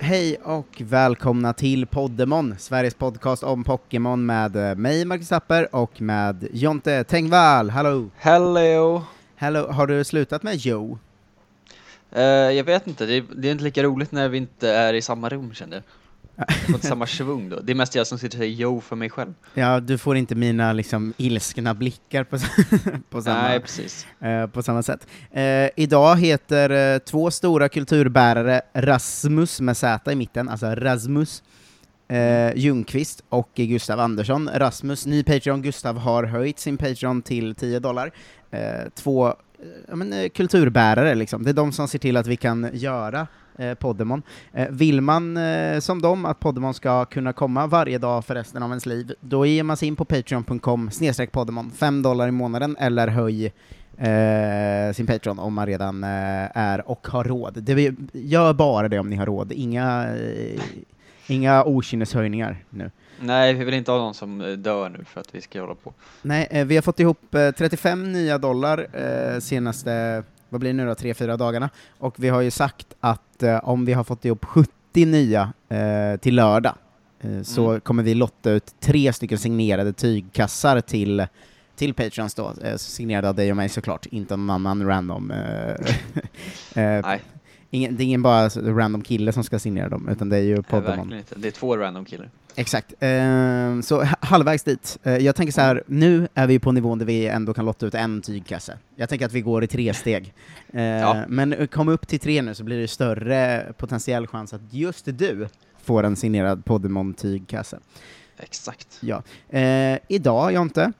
Hej och välkomna till Poddemon, Sveriges podcast om Pokémon med eh, mig, Marcus Zapper, och med Jonte Tengvall. Hallå! Hello! Hello, har du slutat med Joe? Eh, jag vet inte, det är, det är inte lika roligt när vi inte är i samma rum känner jag. Jag får inte samma svung då. Det är mest jag som sitter och säger yo för mig själv. Ja, du får inte mina liksom ilskna blickar på, s- på, samma, Nej, precis. eh, på samma sätt. Eh, idag heter eh, två stora kulturbärare Rasmus med Z i mitten, alltså Rasmus eh, Ljungqvist och Gustav Andersson. Rasmus, ny Patreon, Gustav har höjt sin Patreon till 10 dollar. Eh, två eh, ja, men, eh, kulturbärare, liksom. det är de som ser till att vi kan göra eh, Poddemon. Eh, vill man eh, som dem att Poddemon ska kunna komma varje dag för resten av ens liv, då ger man sig in på patreon.com snedstreck Poddemon, 5 dollar i månaden eller höj eh, sin Patreon om man redan eh, är och har råd. Det, gör bara det om ni har råd, inga, eh, inga okynneshöjningar nu. Nej, vi vill inte ha någon som eh, dör nu för att vi ska hålla på. Nej, eh, vi har fått ihop eh, 35 nya dollar eh, senaste, vad blir det nu då, 3-4 dagarna. Och vi har ju sagt att eh, om vi har fått ihop 70 nya eh, till lördag eh, så Mm. kommer vi lotta ut tre stycken signerade tygkassar till till Patreons då, eh, signerade av dig och mig såklart, inte av någon annan random... Eh, eh, Nej, ingen, det är ingen bara random kille som ska signera dem, utan det är ju eh, Poddemon. verkligen inte. Det är två random killar. Exakt. Ehm, så h- halvvägs dit. Eh, jag tänker så här, nu är vi på nivån där vi ändå kan lotta ut en tygkasse. Jag tänker att vi går i tre steg. Eh, Ja. Men eh, kom upp till tre nu så blir det större potentiell chans att just du får en signerad Podemon-tygkasse. Exakt. Ja. Eh, idag, Jonte,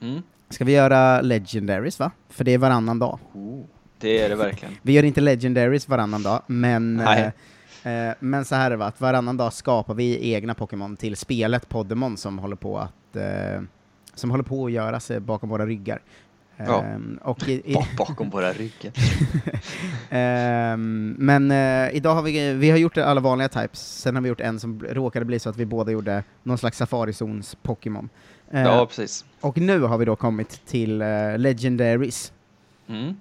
Mm. ska vi göra Legendaries, va? För det är varannan dag. Oh, Det är det verkligen. Vi gör inte legendaries varannan dag, men, Nej. eh, eh, men så här är det va, att varannan dag skapar vi egna Pokémon till spelet Poddemon som håller på att, eh, som håller på att göras eh, bakom våra ryggar. Ja. Ehm, och i, i, Bak- Bakom våra ryggar. ehm, men eh, idag har vi, vi har gjort alla vanliga types, sen har vi gjort en som råkade bli så att vi båda gjorde någon slags safarizons-Pokémon. Eh, Ja, precis. Och nu har vi då kommit till eh, legendaries. Mm.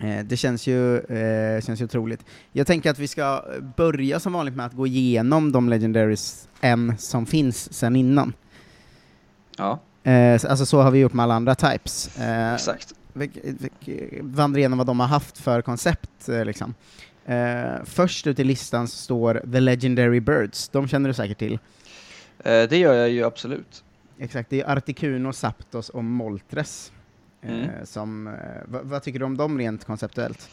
Eh, Det känns ju, eh, känns ju otroligt. Jag tänker att vi ska börja som vanligt med att gå igenom de legendaries M som finns sen innan. Ja, Eh, s- alltså så har vi gjort med alla andra types. Eh, exakt. vi, vi vandrar igenom vad de har haft för koncept eh, liksom. Eh, först ut i listan så står The Legendary Birds, de känner du säkert till. Eh, Det gör jag ju absolut. Exakt, det är Articuno, Zapdos och Moltres. Eh, Mm. som, eh, vad- vad tycker du om dem rent konceptuellt?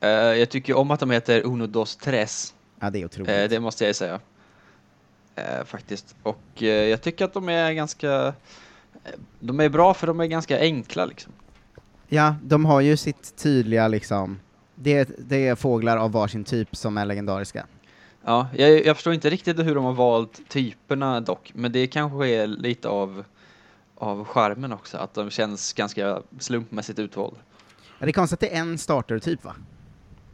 Eh, Jag tycker ju om att de heter Uno dos tres. Ja, det är otroligt. Eh, det måste jag ju säga. Eh, faktiskt. Och eh, jag tycker att de är ganska... eh, De är bra för de är ganska enkla liksom. Ja, de har ju sitt tydliga liksom, det, det är fåglar av varsin typ som är legendariska. Ja, jag, jag förstår inte riktigt hur de har valt typerna dock, men det kanske är lite av, av charmen också, att de känns ganska slumpmässigt utvalda. Ja, det är konstigt att det är en startertyp va?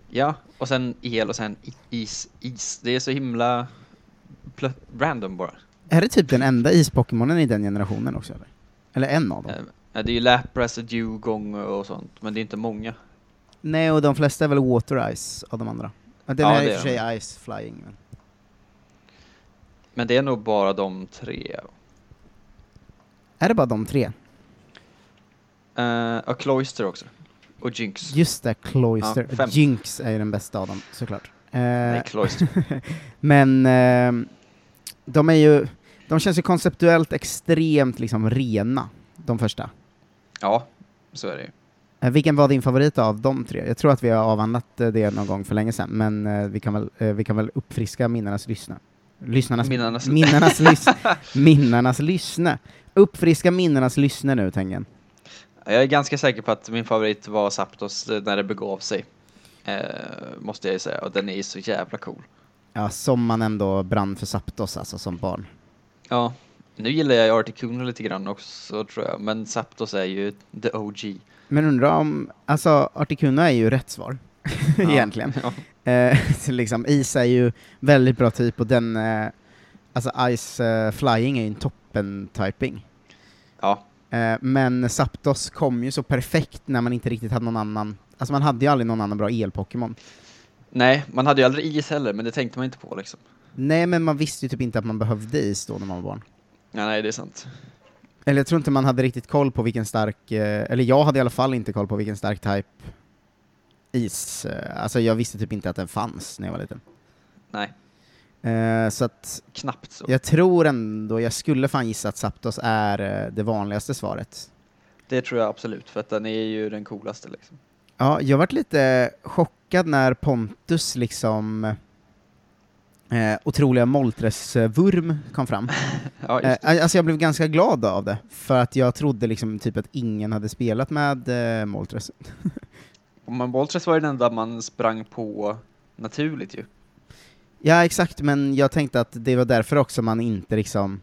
Ja, och sen el och sen i- is, is. Det är så himla plö- random bara. Är det typ den enda ispokémonen i den generationen också eller? Eller en av dem? Eh, eh, det är ju Lapras och Dewgong och sånt, men det är inte många. Nej, och de flesta är väl Water Ice av de andra. Ja, Den Ja, är i det och för är sig Ice Flying. Men. Men det är nog bara de tre. Är det bara de tre? Uh, och Cloister också. Och Jinx. Just det, Cloister. Ja, fem. Jinx är ju den bästa av dem, såklart. Eh, Nej, Cloister. Men ehm, de är ju, de känns ju konceptuellt extremt liksom rena, de första. Ja, så är det ju. Eh, Vilken var din favorit av de tre? Jag tror att vi har avhandlat eh, det någon gång för länge sedan, men eh, vi kan väl, eh, vi kan väl uppfriska minnenas lyssna. Lyssnarnas, Minnarnas- minnarnas, lys, minnarnas lyssna. Uppfriska minnenas lyssna nu, Tengen. Jag är ganska säker på att min favorit var Zapdos eh, när det begav sig. Eh, måste jag ju säga, och den är ju så jävla cool. Ja, som man ändå brann för Zapdos alltså, som barn. Ja, nu gillar jag ju Articuno lite grann också tror jag, men Zapdos är ju the OG. Men undrar om, alltså Articuno är ju rätt svar, egentligen. Ja. Eh, så liksom, is är ju väldigt bra typ och den, eh, alltså Ice eh, Flying är ju en toppen-typing. ja, Eh, men Zapdos kom ju så perfekt när man inte riktigt hade någon annan, alltså man hade ju aldrig någon annan bra el-Pokémon. Nej, man hade ju aldrig is heller, men det tänkte man inte på liksom. Nej, men man visste ju typ inte att man behövde is då när man var barn. Ja, nej, det är sant. Eller jag tror inte man hade riktigt koll på vilken stark, eh, eller jag hade i alla fall inte koll på vilken stark type is, eh, alltså jag visste typ inte att den fanns när jag var liten. Nej, Eh, Så att knappt så. jag tror ändå, jag skulle fan gissa att Zapdos är eh, det vanligaste svaret. Det tror jag absolut, för att den är ju den coolaste liksom. Ja, jag varit lite chockad när Pontus liksom eh, otroliga Moltres-vurm kom fram. Ja, Eh, just det. alltså jag blev ganska glad av det, för att jag trodde liksom typ att ingen hade spelat med eh, Moltres. Och man Boltres var ju den enda man sprang på naturligt ju. Ja, exakt, men jag tänkte att det var därför också man inte liksom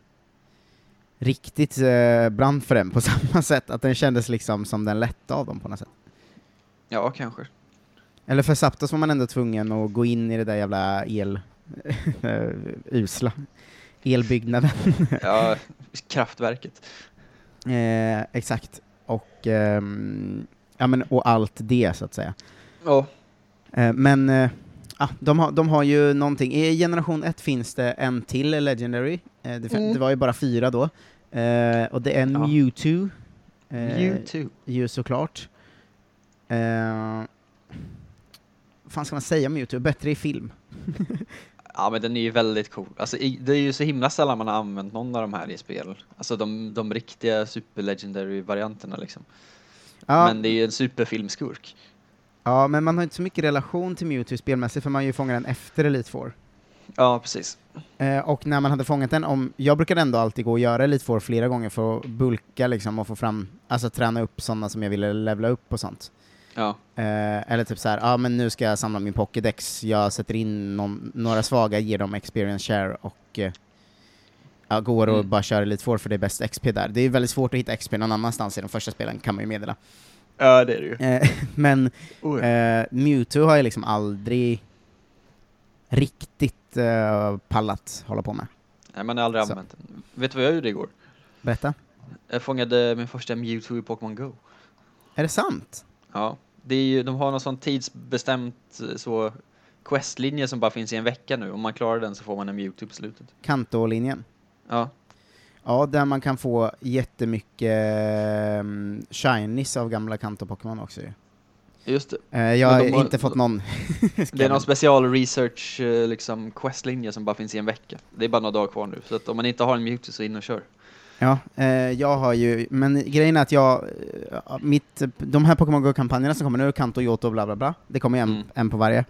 riktigt eh, brann för den på samma sätt, att den kändes liksom som den lätta av dem på något sätt. Ja, kanske. Eller för Zapdos var man ändå tvungen att gå in i det där jävla el... eh, usla elbyggnaden. Ja, kraftverket. eh, exakt. Och, ehm, ja, men, och allt det, så att säga. Ja, Eh, men eh, ah, de, har, de har ju någonting. I generation 1 finns det en till Legendary. Eh, det, fin- Mm. det var ju bara fyra då. Eh, och det är en Ja. Mewtwo. Eh, Mewtwo. ju såklart. Eh, vad fan ska man säga om Mewtwo? Bättre i film. Ja, men den är ju väldigt cool. Alltså, i- det är ju så himla sällan man har använt någon av de här i spel. Alltså de, de riktiga super legendary varianterna liksom. Ja, Men det är ju en superfilmskurk. Ja, men man har inte så mycket relation till Mewtwo spelmässigt, för man har ju fångat den efter Elite Four. Ja, precis. Eh, och när man hade fångat den, om, jag brukade ändå alltid gå och göra Elite Four flera gånger för att bulka liksom och få fram, alltså träna upp sådana som jag ville levla upp och sånt. Ja, Eh, eller typ så här, ja ah, men nu ska jag samla min Pokédex, jag sätter in någon, några svaga, ger dem experience share och eh, ja, går och Mm. bara kör Elite Four för det är bäst XP där. Det är ju väldigt svårt att hitta XP någon annanstans i de första spelen, kan man ju meddela. ja det är det ju. Eh, men Oh, ja. Eh, Mewtwo har jag liksom aldrig riktigt eh, pallat hålla på med. Nej, man har aldrig så. använt den. Vet du vad jag gjorde igår? Berätta. Jag fångade min första Mewtwo i Pokémon Go. Är det sant? Ja, det är ju, de har någon sån tidsbestämt eh, så questlinje som bara finns i en vecka nu. Om man klarar den så får man en Mewtwo på slutet. Kanto-linjen? Ja, Ja, där man kan få jättemycket eh, shinies av gamla Kanto-Pokémon också ju. just det. Eh, jag har Men de har- inte fått någon. Det är någon special research eh, liksom questlinje som bara finns i en vecka. Det är bara några dagar kvar nu, så att om man inte har en Mewtwo så in och kör. Ja, eh, jag har ju, men grejen är att jag, eh, mitt, de här Pokémon Go-kampanjerna som kommer nu, Kanto, Johto och bla bla bla, det kommer ju en, Mm. en på varje.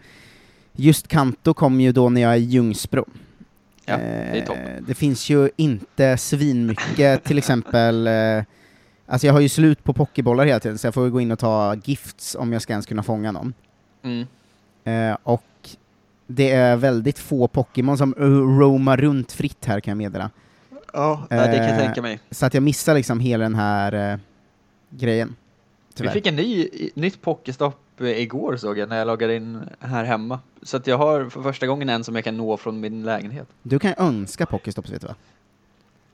Just Kanto kom ju då när jag är i Ljungsbro. Ja, Eh, det är toppen. det finns ju inte svinmycket, till exempel, eh, alltså jag har ju slut på pokébollar hela tiden, så jag får ju gå in och ta gifts om jag ska ens kunna fånga någon. Mm. Eh, och det är väldigt få Pokémon som eh, roamar runt fritt här kan jag meddela. Ja, nej, det kan jag Eh, tänka mig. Så att jag missar liksom hela den här eh, grejen. Vi Tyvärr. fick en ny, i- nytt Pokéstopp eh, igår såg jag när jag loggade in här hemma. Så att jag har för första gången en som jag kan nå från min lägenhet. Du kan ju önska Pokéstops, vet du va?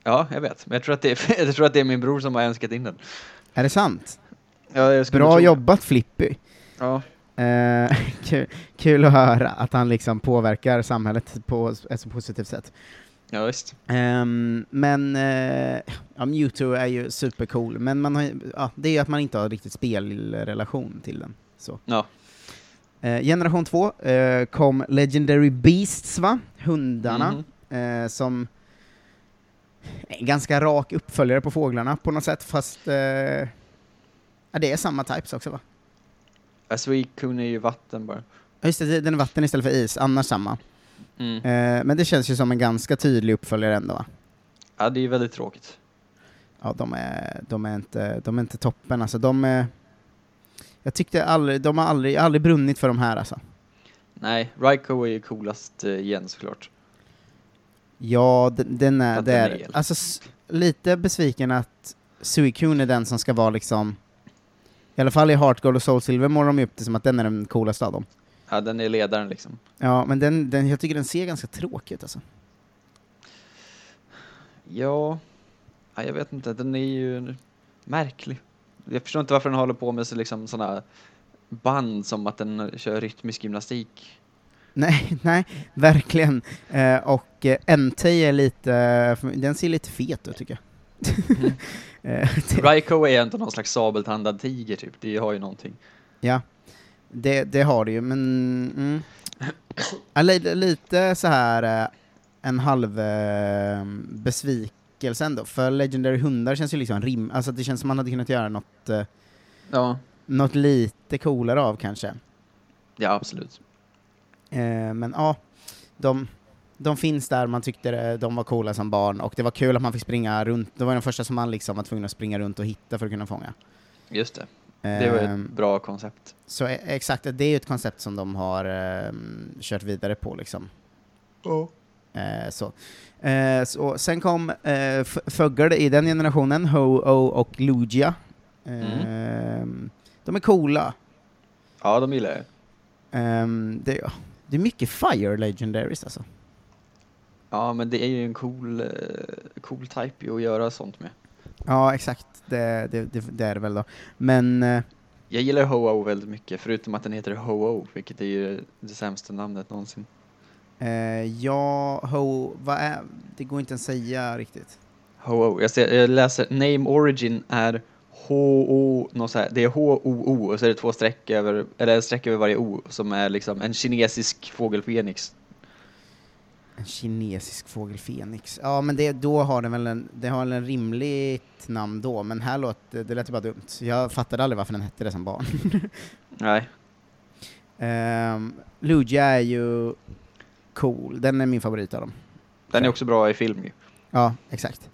Ja, jag vet. Men jag tror att det är, jag tror att det är min bror som har önskat in den. Är det sant? Ja, jag skulle tro Bra det. jobbat Flippy! Ja, Eh, kul, kul att höra att han liksom påverkar samhället på ett så positivt sätt. ja visst. Ehm, men eh, ja, Mewtwo är ju supercool, men man har, ju- ja, det är ju att man inte har riktigt spelrelation till den. Så. Ja. Eh, generation 2 kom Legendary Beasts, va? Hundarna, Mhm. eh, som en ganska rak uppföljare på fåglarna på något sätt, fast eh, ja, det är samma types också va? Ja, Suicune är Alltså, ju vatten bara. Ja, just det, det, den är vatten istället för is, annars samma. Mm. Eh, men det känns ju som en ganska tydlig uppföljare ändå va? Ja, det är ju väldigt tråkigt. ja, de är, de är, inte, de är inte toppen alltså. De är, jag tyckte aldrig, de har aldrig, jag har aldrig brunnit för de här alltså. Nej, Raikou är ju coolast eh, igen såklart. Ja, den, den är, Att det den är är, el. alltså s- lite besviken att Suicune är den som ska vara liksom, i alla fall i Heart Gold och Soul Silver målar de upp det som att den är den coolaste av dem. Ja, den är ledaren liksom. Ja, men den, den, jag tycker den ser ganska tråkig ut alltså. Ja, ja jag vet inte. Den är ju en- märklig. Jag förstår inte varför den håller på med så liksom sådana band som att den kör rytmisk gymnastik. Nej, nej, verkligen. Eh, och eh, NT är lite, eh, den ser lite fet ut tycker jag. Mm. Eh, det, Raiko är inte någon slags sabeltandad tiger typ, det har ju någonting. ja, det, det har det ju, men... Mm. Ja, li- lite så här eh, en halv eh, besvikelse ändå, för Legendary hundar känns ju liksom rim... Alltså det känns som man hade kunnat göra något, eh, Ja, något lite coolare av kanske. ja absolut. Eh, men ja, de, de finns där, man tyckte det- de var coola som barn och det var kul att man fick springa runt, det var den första som man liksom var tvungen att springa runt och hitta för att kunna fånga. Just det, det var Eh, ett bra koncept. Så e- exakt, det är ju ett koncept som de har ehm, kört vidare på liksom. Eh, så. Eh, så. Sen kom eh, F- Föggel i den generationen, Ho-Oh och Lugia. Mm. Ehm, de är coola. Ja, de gillar det. Ehm, det, ja, det är mycket Fire Legendaries alltså. Ja, men det är ju en cool, eh, cool type ju att göra sånt med. Ja, exakt. Det, det, det, det är det väl då. Men eh, Jag gillar Ho-Oh väldigt mycket, förutom att den heter Ho-Oh, vilket är ju det sämsta namnet någonsin. eh, ja, ho, vad är, det går inte att säga riktigt. Ho-Oh, jag, ser, jag läser, name origin är H-O, något så här. det är H-O-O och så är det två streck över, eller en streck över varje O som är liksom en kinesisk fågelfenix. En kinesisk fågel, Fenix. Ja, men det, då har den väl en, det har väl en rimligt namn då, men här låter, det lät ju bara dumt. Jag fattade aldrig varför den hette det som barn. Nej, Ehm, Lugia är ju cool, den är min favorit av dem. den är också bra i film ju. Ja, exakt.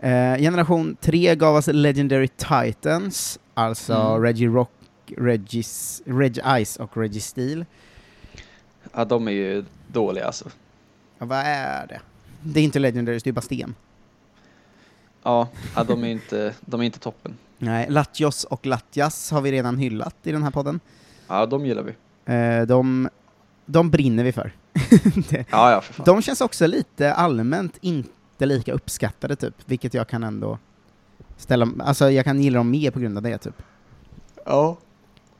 Eh, generation 3 gav oss Legendary Titans, alltså Mm. Reggie Rock, Regis, Reg Ice och Reggie Steel. Ja, de är ju dåliga alltså. Ja, vad är det? Det är inte Legendaries, det är bara sten. Ja, ja de, är inte, de är inte toppen. Nej, Latios och Latias har vi redan hyllat i den här podden. Ja, de gillar vi. Eh, de, de brinner vi för. det, Ja, ja, för fan. de känns också lite allmänt inte lika uppskattade, typ, vilket jag kan ändå ställa... Alltså, jag kan gilla dem mer på grund av det, typ. Ja.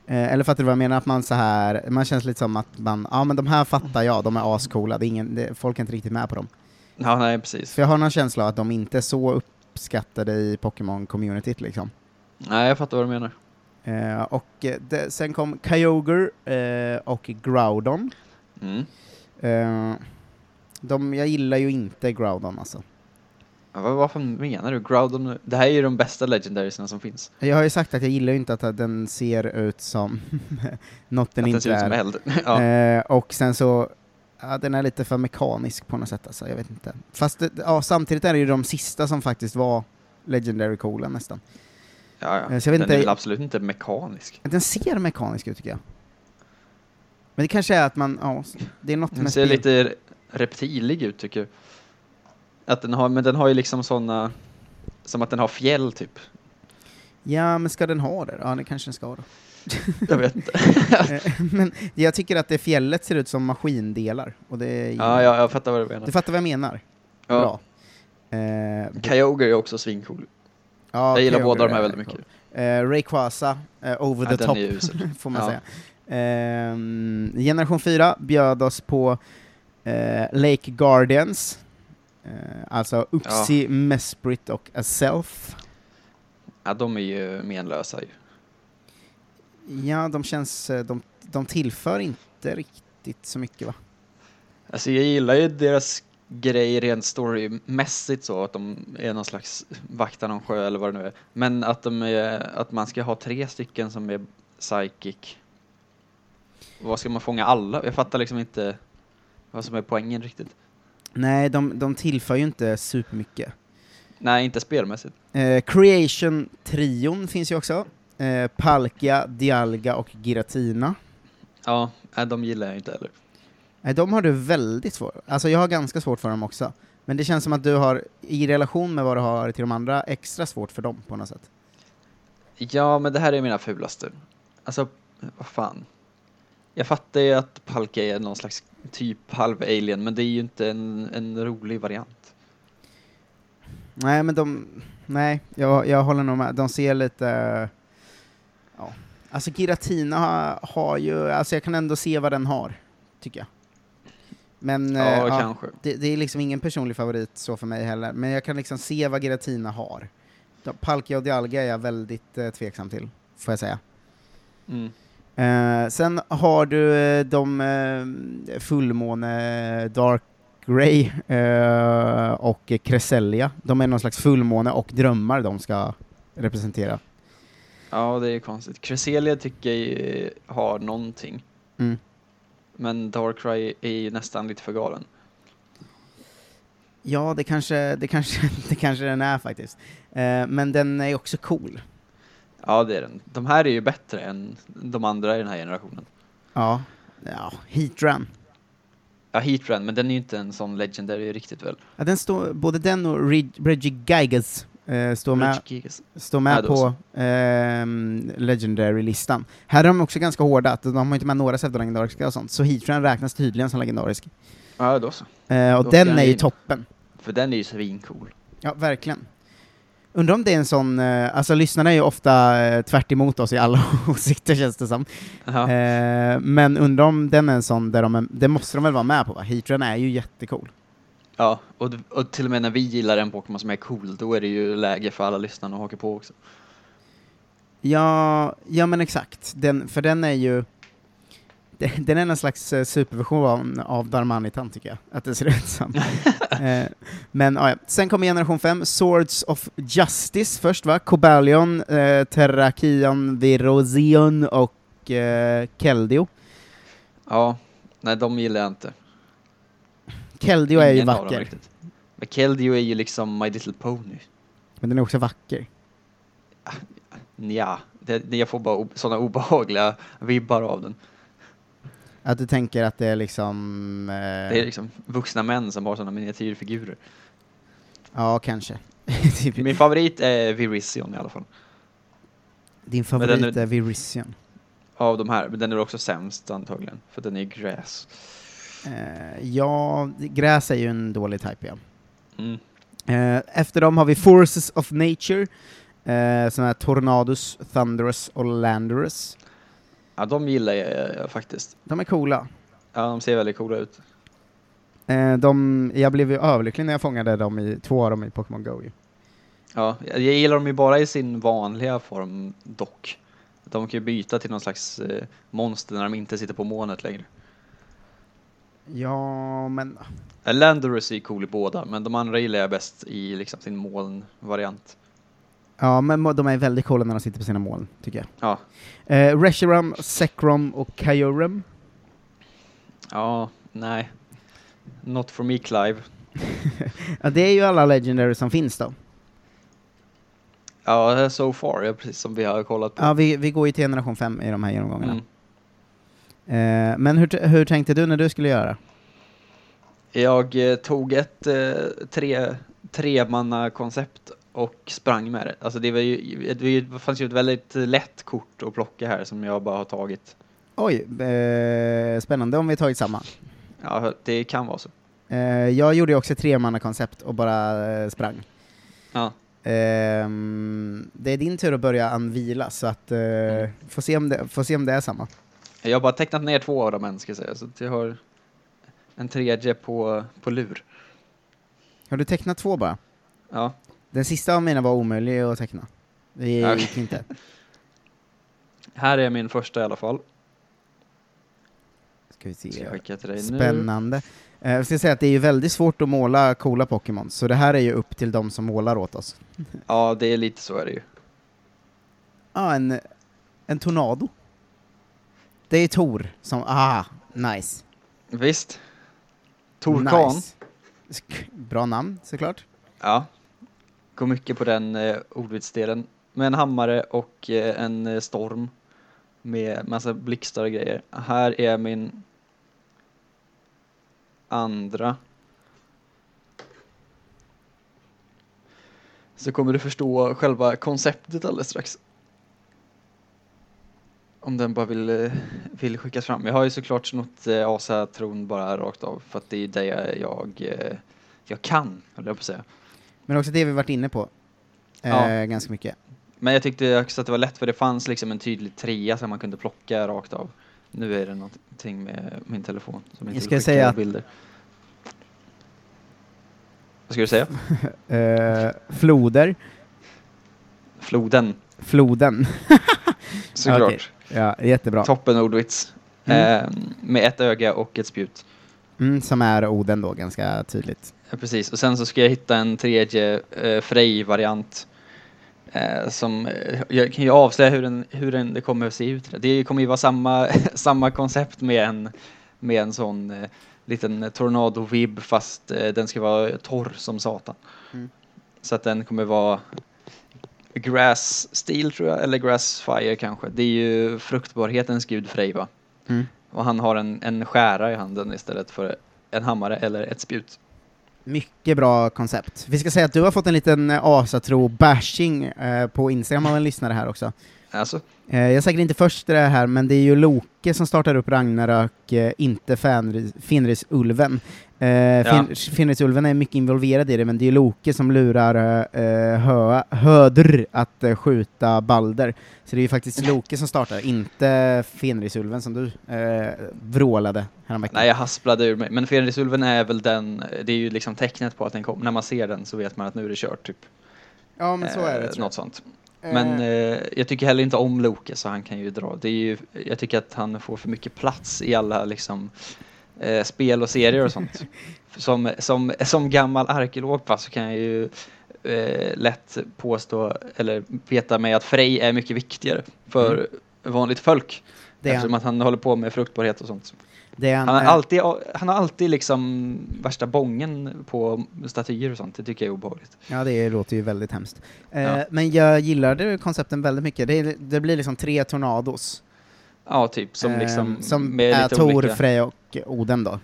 Eh, Eller fattar du vad jag menar? Att man så här, man känns lite som att man, ja men de här fattar jag, de är ascoola, det är ingen, det, folk är inte riktigt med på dem. Ja, nej, precis. För jag har någon känsla av att de inte är så uppskattade i Pokémon-communityt liksom. Nej, jag fattar vad du menar. Eh, och eh, det, sen kom Kyogre eh, och Groudon. Mm. Eh, de, jag gillar ju inte Groudon alltså. Ja, vad, vad fan menar du? Groudon? Det här är ju de bästa legendariesna som finns. Jag har ju sagt att jag gillar ju inte att den ser ut som något den att den inte ser ut som är. eld. ja. Eh, och sen så, ja, den är lite för mekanisk på något sätt alltså, jag vet inte. Fast det, ja, samtidigt är det ju de sista som faktiskt var Legendary coola nästan. ja, ja. eh, så jag vet den inte- är väl absolut inte mekanisk. Den ser mekanisk ut tycker jag. Men det kanske är att man, ja, s- det är något Den med ser spel. lite re- reptilig ut tycker jag. Att den har, men den har ju liksom såna... Som att den har fjäll typ. Ja, men ska den ha det? Ja, det kanske den ska då. Jag vet inte. Eh, men jag tycker att det fjället ser ut som maskindelar. Och det, ja, ja, jag fattar vad du Du menar. fattar vad jag menar? Ja. Bra. Eh, Kyogre är också svincool. ja, jag gillar Kyogre båda de här är väldigt cool. mycket. Eh, Rayquaza, eh, over Ja, the den top, är ju usel. får man Ja. säga. Ehm, Generation 4 bjöd oss på eh, Lake Guardians, eh, alltså Uxie, Mesprit och Aself. Ja, de är ju menlösa ju. Ja, de känns, eh, de, de tillför inte riktigt så mycket va? Alltså jag gillar ju deras grej rent storymässigt så, att de är någon slags vaktar någon sjö eller vad det nu är. Men att, de är, att man ska ha tre stycken som är psychic. Vad ska man fånga alla? Jag fattar liksom inte vad som är poängen riktigt. Nej, de, de tillför ju inte supermycket. Nej, inte spelmässigt. Eh, Creation-trion finns ju också. Eh, Palkia, Dialga och Giratina. Ja, nej, de gillar jag inte heller. Nej, de har du väldigt svårt. Alltså jag har ganska svårt för dem också. Men det känns som att du har, i relation med vad du har till de andra, extra svårt för dem på något sätt. Ja, men det här är mina fulaste. Alltså, vad fan. Jag fattar ju att Palkia är någon slags typ halv alien, men det är ju inte en, en rolig variant. Nej, men de... Nej, jag, jag håller nog med. De ser lite... eh, Ja. Alltså Giratina har, har ju... Alltså jag kan ändå se vad den har, tycker jag. Men eh, Ja, ja, kanske. det, det är liksom ingen personlig favorit så för mig heller, men jag kan liksom se vad Giratina har. De- Palkia och Dialga är jag väldigt eh, tveksam till, får jag säga. Mm. Eh, sen har du eh, de eh, fullmåne eh, Dark Grey eh, och Cresselia. De är någon slags fullmåne och drömmar de ska representera. Ja, det är konstigt. Cresselia tycker jag eh, har någonting. Mm. Men Darkrai är ju nästan lite för galen. Ja, det kanske, det, kanske, det kanske den är faktiskt. Eh, men den är också cool. Ja, det är den. De här är ju bättre än de andra i den här generationen. Ja. ja Heatran. Ja, Heatran, men den är ju inte en sån legendary riktigt väl? Ja, den står, både den och Rid- Regigigas eh, står med, Rich Gigas. står med Ja, då på ehm, Legendary-listan. Här är de också ganska hårda, att de har inte med några pseudolegendariska och sånt, så Heatran räknas tydligen som legendarisk. Ja, då så. Eh, och Då ska den den är ju in. toppen. För den är ju svincool. Ja, verkligen. Undrar om det är en sån, eh, alltså lyssnarna är ju ofta eh, tvärt emot oss i alla åsikter känns det som. Ja. Eh, men undrar om den är en sån där de, är, det måste de väl vara med på va? Heatran är ju jättecool. ja och, och till och med när vi gillar en Pokémon som är cool, då är det ju läge för alla lyssnarna att haka på också. Ja, ja men exakt. Den, för den är ju... de- Den är någon slags eh, superversion av- av Darmanitan, tycker jag att det ser ut som. eh, men ja, ja. sen kommer generation 5, Swords of Justice först va? Cobalion, eh, Terrakion, Virozion och eh, Keldeo. Ja, nej, de gillar jag inte. Keldeo är ju Ingen av dem vacker, riktigt. Men Keldeo är ju liksom My Little Pony. men den är också vacker. Nja, det, det, jag får bara o- sådana obehagliga vibbar av den. Att du tänker att det är liksom... Eh, Det är liksom vuxna män som har sådana miniatyrfigurer. Ja, kanske. Typ, Min favorit är Virizion i alla fall. Din den favorit är- är Virizion. Av de här, men den är också sämst antagligen. För den är ju gräs. Eh, ja, gräs är ju en dålig type, ja. Mm. Eh, efter dem har vi Forces of Nature, eh, sådana här Tornados, Thunderous och Landorus. Ja, de gillar jag eh, faktiskt. De är coola. Ja, de ser väldigt coola ut. Eh, de, jag blev ju överlycklig när jag fångade dem i, två av dem i Pokémon Go ju. Ja, jag jag gillar dem ju bara i sin vanliga form dock. De kan ju byta till någon slags eh, monster när de inte sitter på månet längre. Ja, men... Eh, Landorus är ju cool i båda, men de andra gillar jag bäst i liksom sin molnvariant. Ja, men mo- de är väldigt coola när de sitter på sina moln, tycker jag. Ja, Eh, Reshiram, Sekrom och Kyurem. ja, nej. Not for me Clive. Ja, det är ju alla legendary som finns då. Ja, so far, ja, precis som vi har kollat på. Ja, vi, vi går ju till generation 5 i de här genomgångarna. Mm. Eh, men hur, t- hur tänkte du när du skulle göra? Jag eh, tog ett eh, tre, tremanna-koncept och sprang med det. Alltså det, var ju, det, var ju, det fanns ju ett väldigt lätt kort att plocka här som jag bara har tagit. Oj, eh, spännande om vi tagit samma. Ja, det kan vara så. Eh, jag gjorde ju också ett tremannakoncept och bara eh, sprang. Ja, Ehm, det är din tur att börja anvila, så att, eh, får, se om det, får se om det är samma. jag har bara tecknat ner två av dem än ska jag säga, så att jag har en tredje på, på lur. Har du tecknat två bara? Ja, Den sista av mina var omöjlig att teckna. Det gick Okej. inte. här är min första i alla fall. Ska vi Ska se. jag skicka till dig nu. Spännande. Eh, jag ska säga att det är ju väldigt svårt att måla coola Pokémon, så det här är ju upp till de som målar åt oss. Ja, det är lite så är det ju. Ja, Ah, en, en tornado. Det är Tor som... Ah, nice. Visst. Torkan. Nice. Sk- Bra namn, såklart. Ja. Går mycket på den eh, ordvitsdelen. Med en hammare och eh, en eh, storm. Med massa blixtar och grejer. Här är min andra. Så kommer du förstå själva konceptet alldeles strax. Om den bara vill, eh, vill skickas fram. Jag har ju såklart snott eh, asatron bara rakt av. För att det är det jag, jag, eh, jag kan, höll jag på att säga. Men också det vi varit inne på. Eh, Ja. Ganska mycket. Men jag tyckte också att det var lätt för det fanns liksom en tydlig trea som man kunde plocka rakt av. Nu är det någonting med min telefon som inte Jag ska vill skicka säga att- bilder. Vad ska du säga? Eh, floder. Floden, Floden. såklart. Okej. Ja, jättebra. Toppenordvits. Mm. Eh, med ett öga och ett spjut. Mm, som är Oden då, ganska tydligt. Ja, Precis, och sen så ska jag hitta en tredje eh, Frej-variant. Eh, som, eh, jag kan ju avslöja hur den, hur den det kommer att se ut. Det kommer ju vara samma, samma koncept med en, med en sån eh, liten tornado-vibb fast eh, den ska vara torr som satan. Mm. Så att den kommer vara grass steel tror jag, eller grass fire kanske. Det är ju fruktbarhetens gud Frej va? Mm. Och han har en, en skära i handen istället för en hammare eller ett spjut. Mycket bra koncept. Vi ska säga att du har fått en liten eh, asatro-bashing eh, på Instagram av en lyssnare här också. Alltså, Eh, jag är säkert inte först i det här, men det är ju Loke som startar upp Ragnarök, eh, inte Fenris- Fenrisulven. Eh, Fen- Fenrisulven är mycket involverad i det, men det är ju Loke som lurar eh, eh, hö, Hödr att eh, skjuta Balder. Så det är ju faktiskt Loke som startar, inte Fenrisulven som du eh, vrålade häromveckan. Nej, jag hasplade ur mig. Men Fenrisulven är väl den, det är ju liksom tecknet på att den kom. När man ser den så vet man att nu är det kört, typ. ja, men så är det. Eh, tror jag. Något sånt. Men Eh, eh, jag tycker heller inte om Loke, så han kan ju dra. Det är ju, jag tycker att han får för mycket plats i alla liksom eh, spel och serier och sånt. som, som, som gammal arkeolog va, så kan jag ju eh, lätt påstå, eller veta mig att Frej är mycket viktigare för vanligt folk. Mm. Det är eftersom att han håller på med fruktbarhet och sånt. det är Han har eh, alltid, han har alltid liksom värsta bången på statyer och sånt. Det tycker jag är obehagligt. Ja, det låter ju väldigt hemskt. Eh, Ja. Men jag gillade koncepten väldigt mycket. Det, är- det blir liksom tre tornados. Ja, typ som eh, liksom... som med är lite Tor, olika- Frej och Oden då.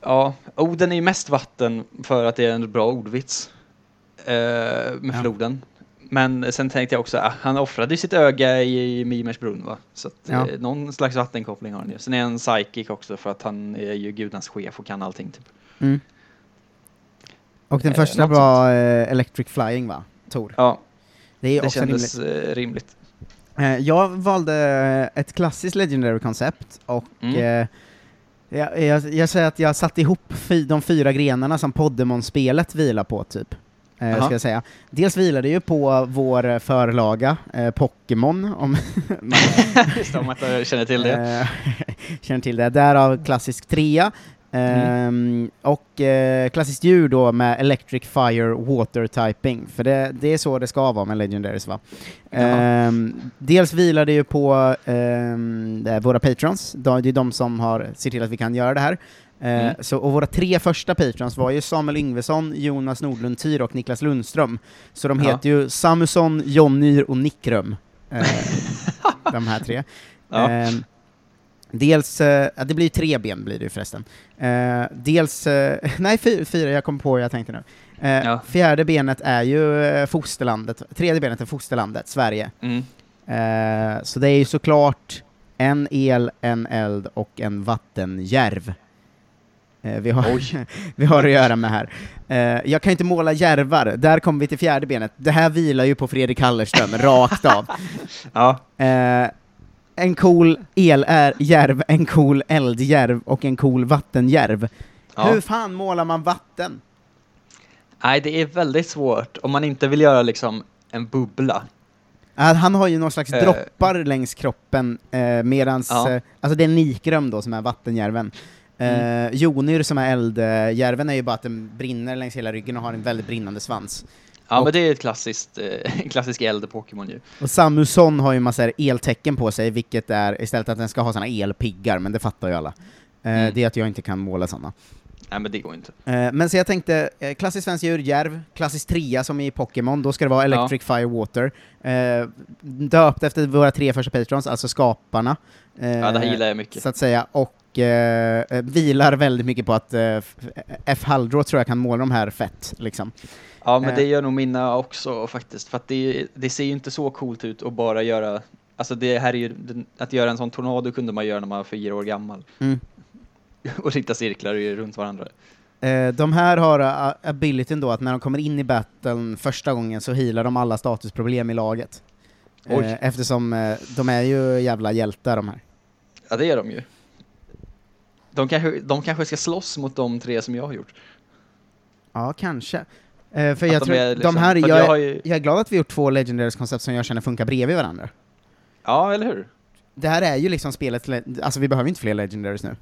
Ja, Oden är ju mest vatten för att det är en bra ordvits. Eh, med Ja. floden. Men sen tänkte jag också, ah, han offrade ju sitt öga i, i Mimers brunn va? Så att, Ja. eh, någon slags vattenkoppling har han ju. Sen är han psychic också för att han är ju gudarnas chef och kan allting. Typ. Mm. Och den Eh, första något var eh, Electric Flying va? Tor. Ja, Det är ju det också rimligt. kändes eh, rimligt. Eh, jag valde eh, ett klassiskt Legendary-koncept och Mm. eh, jag, jag, jag säger att jag satte ihop fy, de fyra grenarna som Poddemon-spelet vilar på, typ. Eh, Aha. ska jag säga. Dels vilar det ju på vår eh, förlaga, eh, Pokémon, om man Just om att jag känner till det. Eh, känner till det. Därav klassisk trea. Mm. Ehm, Och eh, klassiskt djur då med Electric Fire Water Typing, för det, det är så det ska vara med Legendaries va? Jaha. Ehm, dels vilar det ju på ehm, det är våra patrons, De- det är de som har sett till att vi kan göra det här. Eh, Mm. så, och våra tre första patrons var ju Samuel Yngvesson, Jonas Nordlund Tyr och Niklas Lundström. Så de Ja. heter ju Samusson, Jonnyr och Nickrum. Eh, de här tre. Ja. Ehm, dels, eh, ja, det blir ju tre ben blir det ju förresten. Eh, dels, eh, nej fy- fyra, jag kom på vad jag tänkte nu. Eh, Ja. Fjärde benet är ju eh, fosterlandet, tredje benet är fosterlandet, Sverige. Mm. Eh, så det är ju såklart en el, en eld och en vattenjärv. Eh, vi, har, vi har att göra med här. Eh, jag kan inte måla järvar, där kommer vi till fjärde benet. Det här vilar ju på Fredrik Hallerström, rakt av. Ja, Eh, en cool elärjärv, en cool eldjärv och en cool vattenjärv. Ja. Hur fan målar man vatten? Nej, det är väldigt svårt om man inte vill göra liksom en bubbla. Ah, han har ju någon slags Eh. droppar längs kroppen, eh, medans... Ja. Eh, alltså det är Nikrum då som är vattenjärven. Eh, Mm. Jonyr som är eldjärven är ju bara att den brinner längs hela ryggen och har en väldigt brinnande svans. Ja, Och- men det är ett klassiskt, eh, klassisk eld-Pokémon ju. Och Samuson har ju massa här eltecken på sig, vilket är istället att den ska ha såna elpiggar, men det fattar ju alla. Eh, Mm. Det är att jag inte kan måla såna. Nej, men det går inte. Eh, Men så jag tänkte, eh, klassiskt svenskt djur, järv, klassisk trea som i Pokémon, då ska det vara Electric Fire Water. Eh, döpt efter våra tre första patrons, alltså skaparna. eh, Ja, det här gillar jag mycket. Så att säga, och eh, eh, vilar väldigt mycket på att eh, F- F. Halldråth tror jag kan måla de här fett, liksom. Ja, men det eh. gör nog mina också faktiskt. För att det, det ser ju inte så coolt ut att bara göra... Alltså det här är ju, den- att göra en sån tornado kunde man göra när man var fyra år gammal. Mm. Och rita cirklar ju runt varandra. Eh, de här har uh, abilityn då att när de kommer in i battlen första gången så healar de alla statusproblem i laget. Oj. Eh, eftersom eh, de är ju jävla hjältar de här. Ja, det är de ju. De kanske, de kanske ska slåss mot de tre som jag har gjort. Ja, kanske. Eh, för Att jag de tror, är liksom- de här, för jag, att jag har ju- jag är glad att vi gjort två Legendaries-koncept som jag känner funkar bredvid varandra. Ja, eller hur? Det här är ju liksom spelet, alltså vi behöver inte fler Legendaries nu.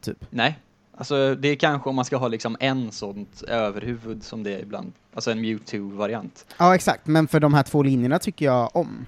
typ. Nej. Alltså, det är kanske om man ska ha liksom en sånt överhuvud som det är ibland. Alltså en Mewtwo-variant. Ja, exakt, men för de här två linjerna tycker jag om.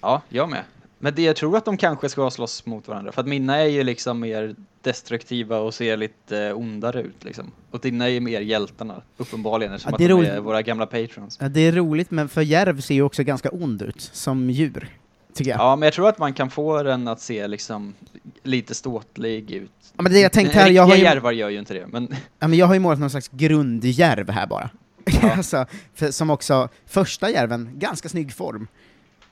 Ja, jag med. Men det, jag tror att de kanske ska slåss mot varandra. För att mina är ju liksom mer destruktiva och ser lite eh, ondare ut liksom. Och dina är ju mer hjältarna, uppenbarligen, eftersom Ja, att det är de är roligt. våra gamla patrons. Ja, Det är roligt, men för Järv ser ju också ganska ond ut, som djur, tycker jag. Ja, Ja, men jag tror att man kan få den att se liksom lite ståtlig ut. Eh, men det jag tänkte här, Riktiga jag har ju, järvar gör ju inte det, men ja, men jag har ju målat någon slags grundjärv här bara. alltså, för, som också, första järven, ganska snygg form.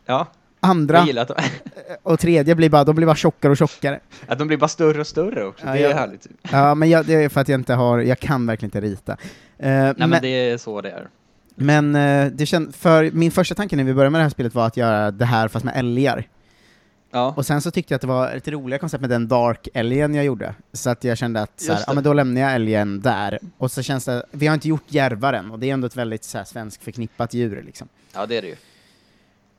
ja, jag Andra gillar att de, och tredje blir bara, de blir bara tjockare och tjockare. att de blir bara större och större också. Ja, det är jag- härligt. Nej, Ja, men jag, det är för att jag inte har, jag kan verkligen inte rita. Eh, men, men det är så det är. men eh, det känd, för min första tanke när vi började med det här spelet var att göra det här fast med älgar. Ja, Och sen så tyckte jag att det var ett roligare koncept med den dark älgen jag gjorde. Så att jag kände att så här, Just det. ja, men då lämnar jag älgen där. Och så känns det, vi har inte gjort järvaren, och det är ändå ett väldigt så här, svensk förknippat djur liksom. ja det är det ju.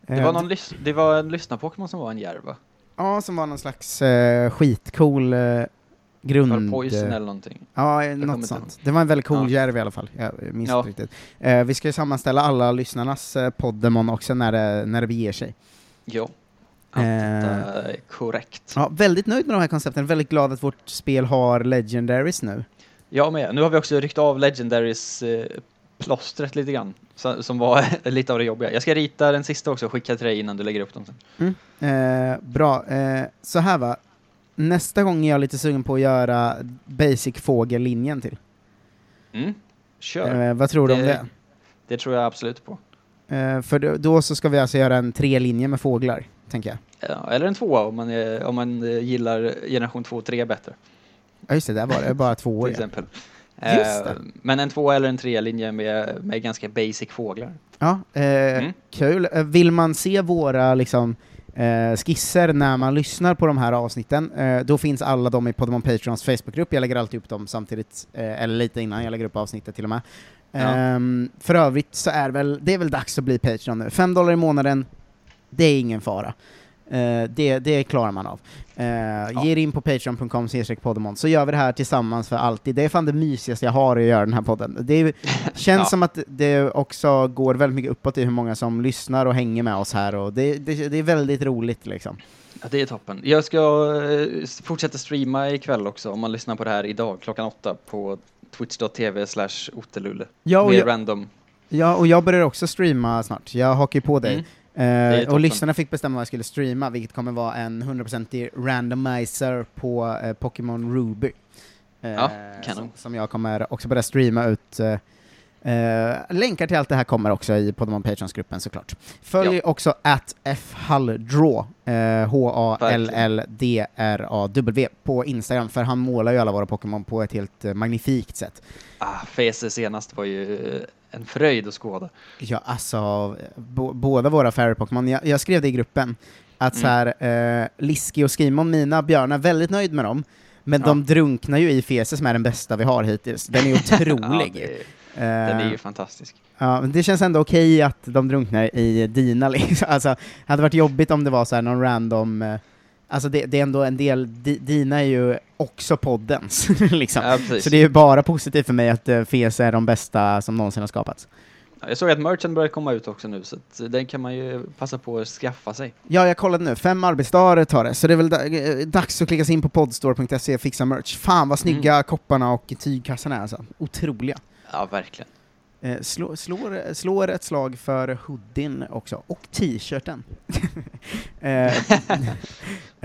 Det Eh, var, någon lys- det var en lyssnarpokémon som var en järv va? Ja, som var någon slags eh, skitcool eh, Var grund... det poison eller någonting? Ja, eh, kommer något inte sånt. Det var en väldigt cool Ja. järv i alla fall. Jag minns Ja. inte riktigt. Eh, vi ska ju sammanställa alla lyssnarnas eh, poddemon också när det, när det beger sig. Ja. Allt Eh. detta är korrekt. Ja, väldigt nöjd med de här koncepten, väldigt glad att vårt spel har legendaries nu. Jag med. Nu har vi också ryckt av Legendaries eh, plåstret lite grann. Så, som var lite av det jobbiga. Jag ska rita den sista också och skicka till dig innan du lägger upp dem sen. Eh, bra, eh, så här va. Nästa gång är jag lite sugen på att göra basic fågellinjen till. Mm. Kör. Eh, vad tror du om Det- det? Det tror jag absolut på. Eh, för då, då så ska vi alltså göra en tre linjer med fåglar, tänker jag. Ja, eller en tvåa om man, är, om man eh, gillar generation 2 och 3 bättre. Ja just det, där var det bara två Till år. Oh, ja. exempel. Just Eh, det. men en tvåa eller en trea linje med, med ganska basic fåglar. Ja, eh, Mm. Kul. Eh, Vill man se våra liksom, eh, skisser när man lyssnar på de här avsnitten, eh, då finns alla de i Podemon Patrons Facebookgrupp. Jag lägger alltid upp dem samtidigt, eh, eller lite innan jag lägger upp avsnittet till och med. Ja. Ehm, för övrigt så är väl, det är väl dags att bli Patreon nu. 5 dollar i månaden, det är ingen fara. Eh, det, det klarar man av. Eh, Ge er in på patreon.com podemon så gör vi det här tillsammans för alltid. Det är fan det mysigaste jag har att göra den här podden. Det är, känns Ja. som att det också går väldigt mycket uppåt i hur många som lyssnar och hänger med oss här och det, det, det är väldigt roligt liksom. Ja, det är toppen. Jag ska eh, fortsätta streama ikväll också om man lyssnar på det här idag klockan åtta på twitch.tv slash otelulle. Ja, och med jag- random. Ja, och jag börjar också streama snart. Jag hakar ju på dig. Mm. Eh, och toppen. lyssnarna fick bestämma vad jag skulle streama, vilket kommer vara en 100% randomizer på eh, Pokémon Ruby. Eh, Ja, kanon. Som, som jag kommer också börja streama ut. Eh, eh, länkar till allt det här kommer också i Pokémon Patrons-gruppen såklart. Följ också at fhalldraw, eh, H-A-L-L-D-R-A-W, på Instagram, för han målar ju alla våra Pokémon på ett helt eh, magnifikt sätt. Ah, Fese senast var ju eh, en fröjd att skåda. Ja, alltså, bo- båda våra fairy Pokémon, jag, jag skrev det i gruppen, Mm. att så här, eh, Liski och Skimon, mina björnar, väldigt nöjd med dem, men Ja. de drunknar ju i Fese som är den bästa vi har hittills. Den är Ja, otrolig. det, den är Eh, ju fantastisk. ja, men det känns ändå okej att de drunknar i dina, liksom. alltså, det hade varit jobbigt om det var så här någon random, eh, alltså det, det är ändå en del, di, dina är ju också poddens, liksom. Ja, precis. Så det är ju bara positivt för mig att eh, Fese är de bästa som någonsin har skapats. Ja, Jag såg att merchen börjar komma ut också nu, så att eh, den kan man ju passa på att skaffa sig. Ja, jag kollade nu. Fem arbetsdagar tar det, så det är väl da- eh, dags att klicka sig in på podstore.se och fixa merch. Fan vad snygga kopparna och tygkassarna är alltså. Otroliga. Ja, verkligen. Eh, slå, slår, slår ett slag för hoodien också, och t-shirten. eh,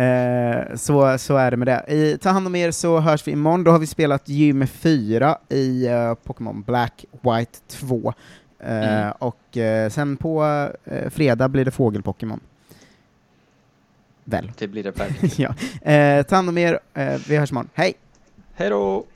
eh, så, så är det med det. I, ta hand om er så hörs vi imorgon. Då har vi spelat Gym 4 i eh, Pokémon Black White 2. Eh, Mm. Och eh, sen på eh, fredag blir det Fågel-Pokémon. Väl. Det blir det verkligen. ja. eh, ta hand om er, eh, vi hörs imorgon. Hej! Hej då!